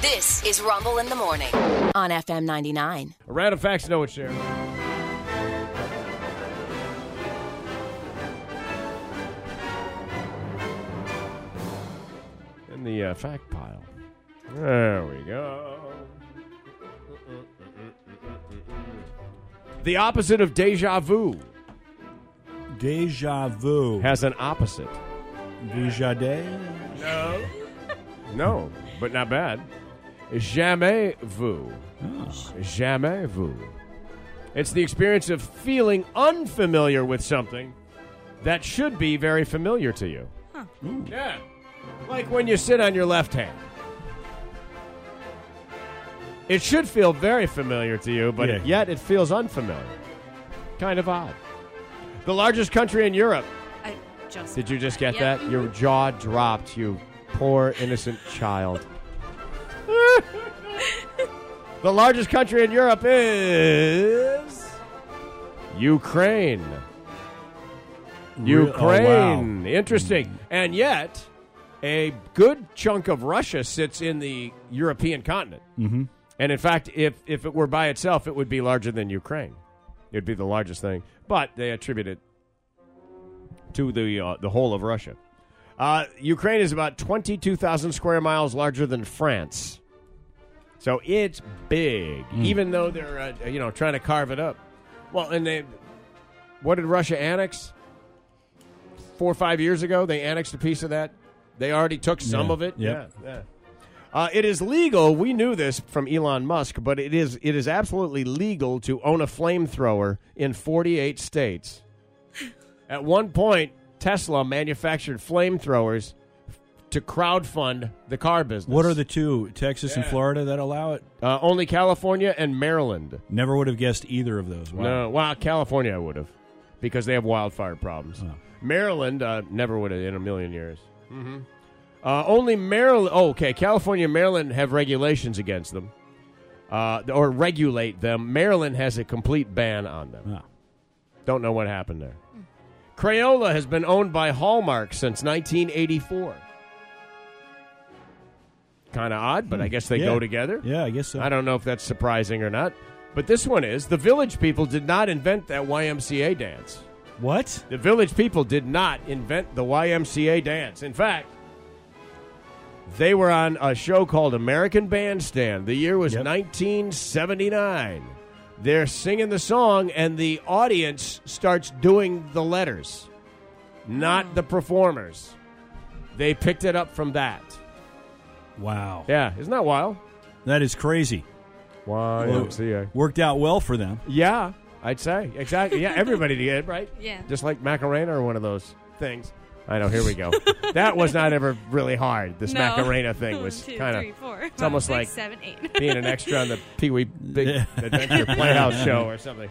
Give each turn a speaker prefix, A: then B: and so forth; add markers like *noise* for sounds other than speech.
A: This is Rumble in the Morning on FM 99.
B: A round of facts, no one share. In the uh, fact pile. There we go. The opposite of deja vu
C: Deja vu.
B: has an opposite.
C: Dujardin.
B: No. No, but not bad. Jamais vu.
D: Ah.
B: Jamais vu. It's the experience of feeling unfamiliar with something that should be very familiar to you. Yeah. Like when you sit on your left hand. It should feel very familiar to you, but
C: Yeah.
B: yet it feels unfamiliar. Kind of odd. The largest country in Europe
D: I just
B: did you just
D: got
B: get that? Your
D: Mm-hmm.
B: jaw dropped, you poor innocent child. the largest country in Europe is Ukraine.
C: Real- oh, wow.
B: Ukraine. Interesting. And yet, a good chunk of Russia sits in the European continent. Mm-hmm. And in fact, if, if it were by itself, it would be larger than Ukraine. It would be the largest thing. But they attribute it to the, uh, the whole of Russia. Uh, Ukraine is about 22,000 square miles larger than France. So it's big,
C: Hmm.
B: even though they're uh, you know trying to carve it up. Well, and they what did Russia annex? Four or five years ago, they annexed a piece of that. They already took some
C: Yeah.
B: of it.
C: Yep.
B: Yeah, yeah. Uh, it is legal. We knew this from Elon Musk, but it is it is absolutely legal to own a flamethrower in 48 states. At one point, Tesla manufactured flamethrowers to crowdfund the car business.
C: What are the two, Texas and
B: Yeah.
C: Florida, that allow it?
B: uh, only California and Maryland?
C: Never would have guessed either of those. Wow.
B: No, well, California I would have because they have wildfire problems.
C: Oh.
B: Maryland uh, never would have in a million years. hmm Uh, only Maryland. Oh, okay, California and Maryland have regulations against them, uh, or regulate them. Maryland has a complete ban on them.
C: Ah.
B: Don't know what happened there. Crayola has been owned by Hallmark since 1984. Kind of odd, but I guess they
C: Hmm. Yeah.
B: go together.
C: Yeah, I guess so.
B: I don't know if that's surprising or not, but this one is. The village people did not invent that YMCA dance.
C: What?
B: The village people did not invent the YMCA dance. In fact, they were on a show called American Bandstand. The year was
C: Yep.
B: 1979. They're singing the song, and the audience starts doing the letters, not the performers. They picked it up from that.
C: Wow.
B: Yeah, isn't that wild?
C: That is crazy.
B: YMCA.
C: Worked out well for them.
B: Yeah, I'd say exactly. Yeah, everybody did, right?
D: Yeah.
B: just like Macarena or one of those things. I know. Here we go. that was not ever really hard. This Macarena
D: *laughs*
B: thing was kind of
D: It's
B: almost like
D: seven, eight.
B: being an extra on the Pee Wee Big
C: Yeah.
B: Adventure Playhouse show or something.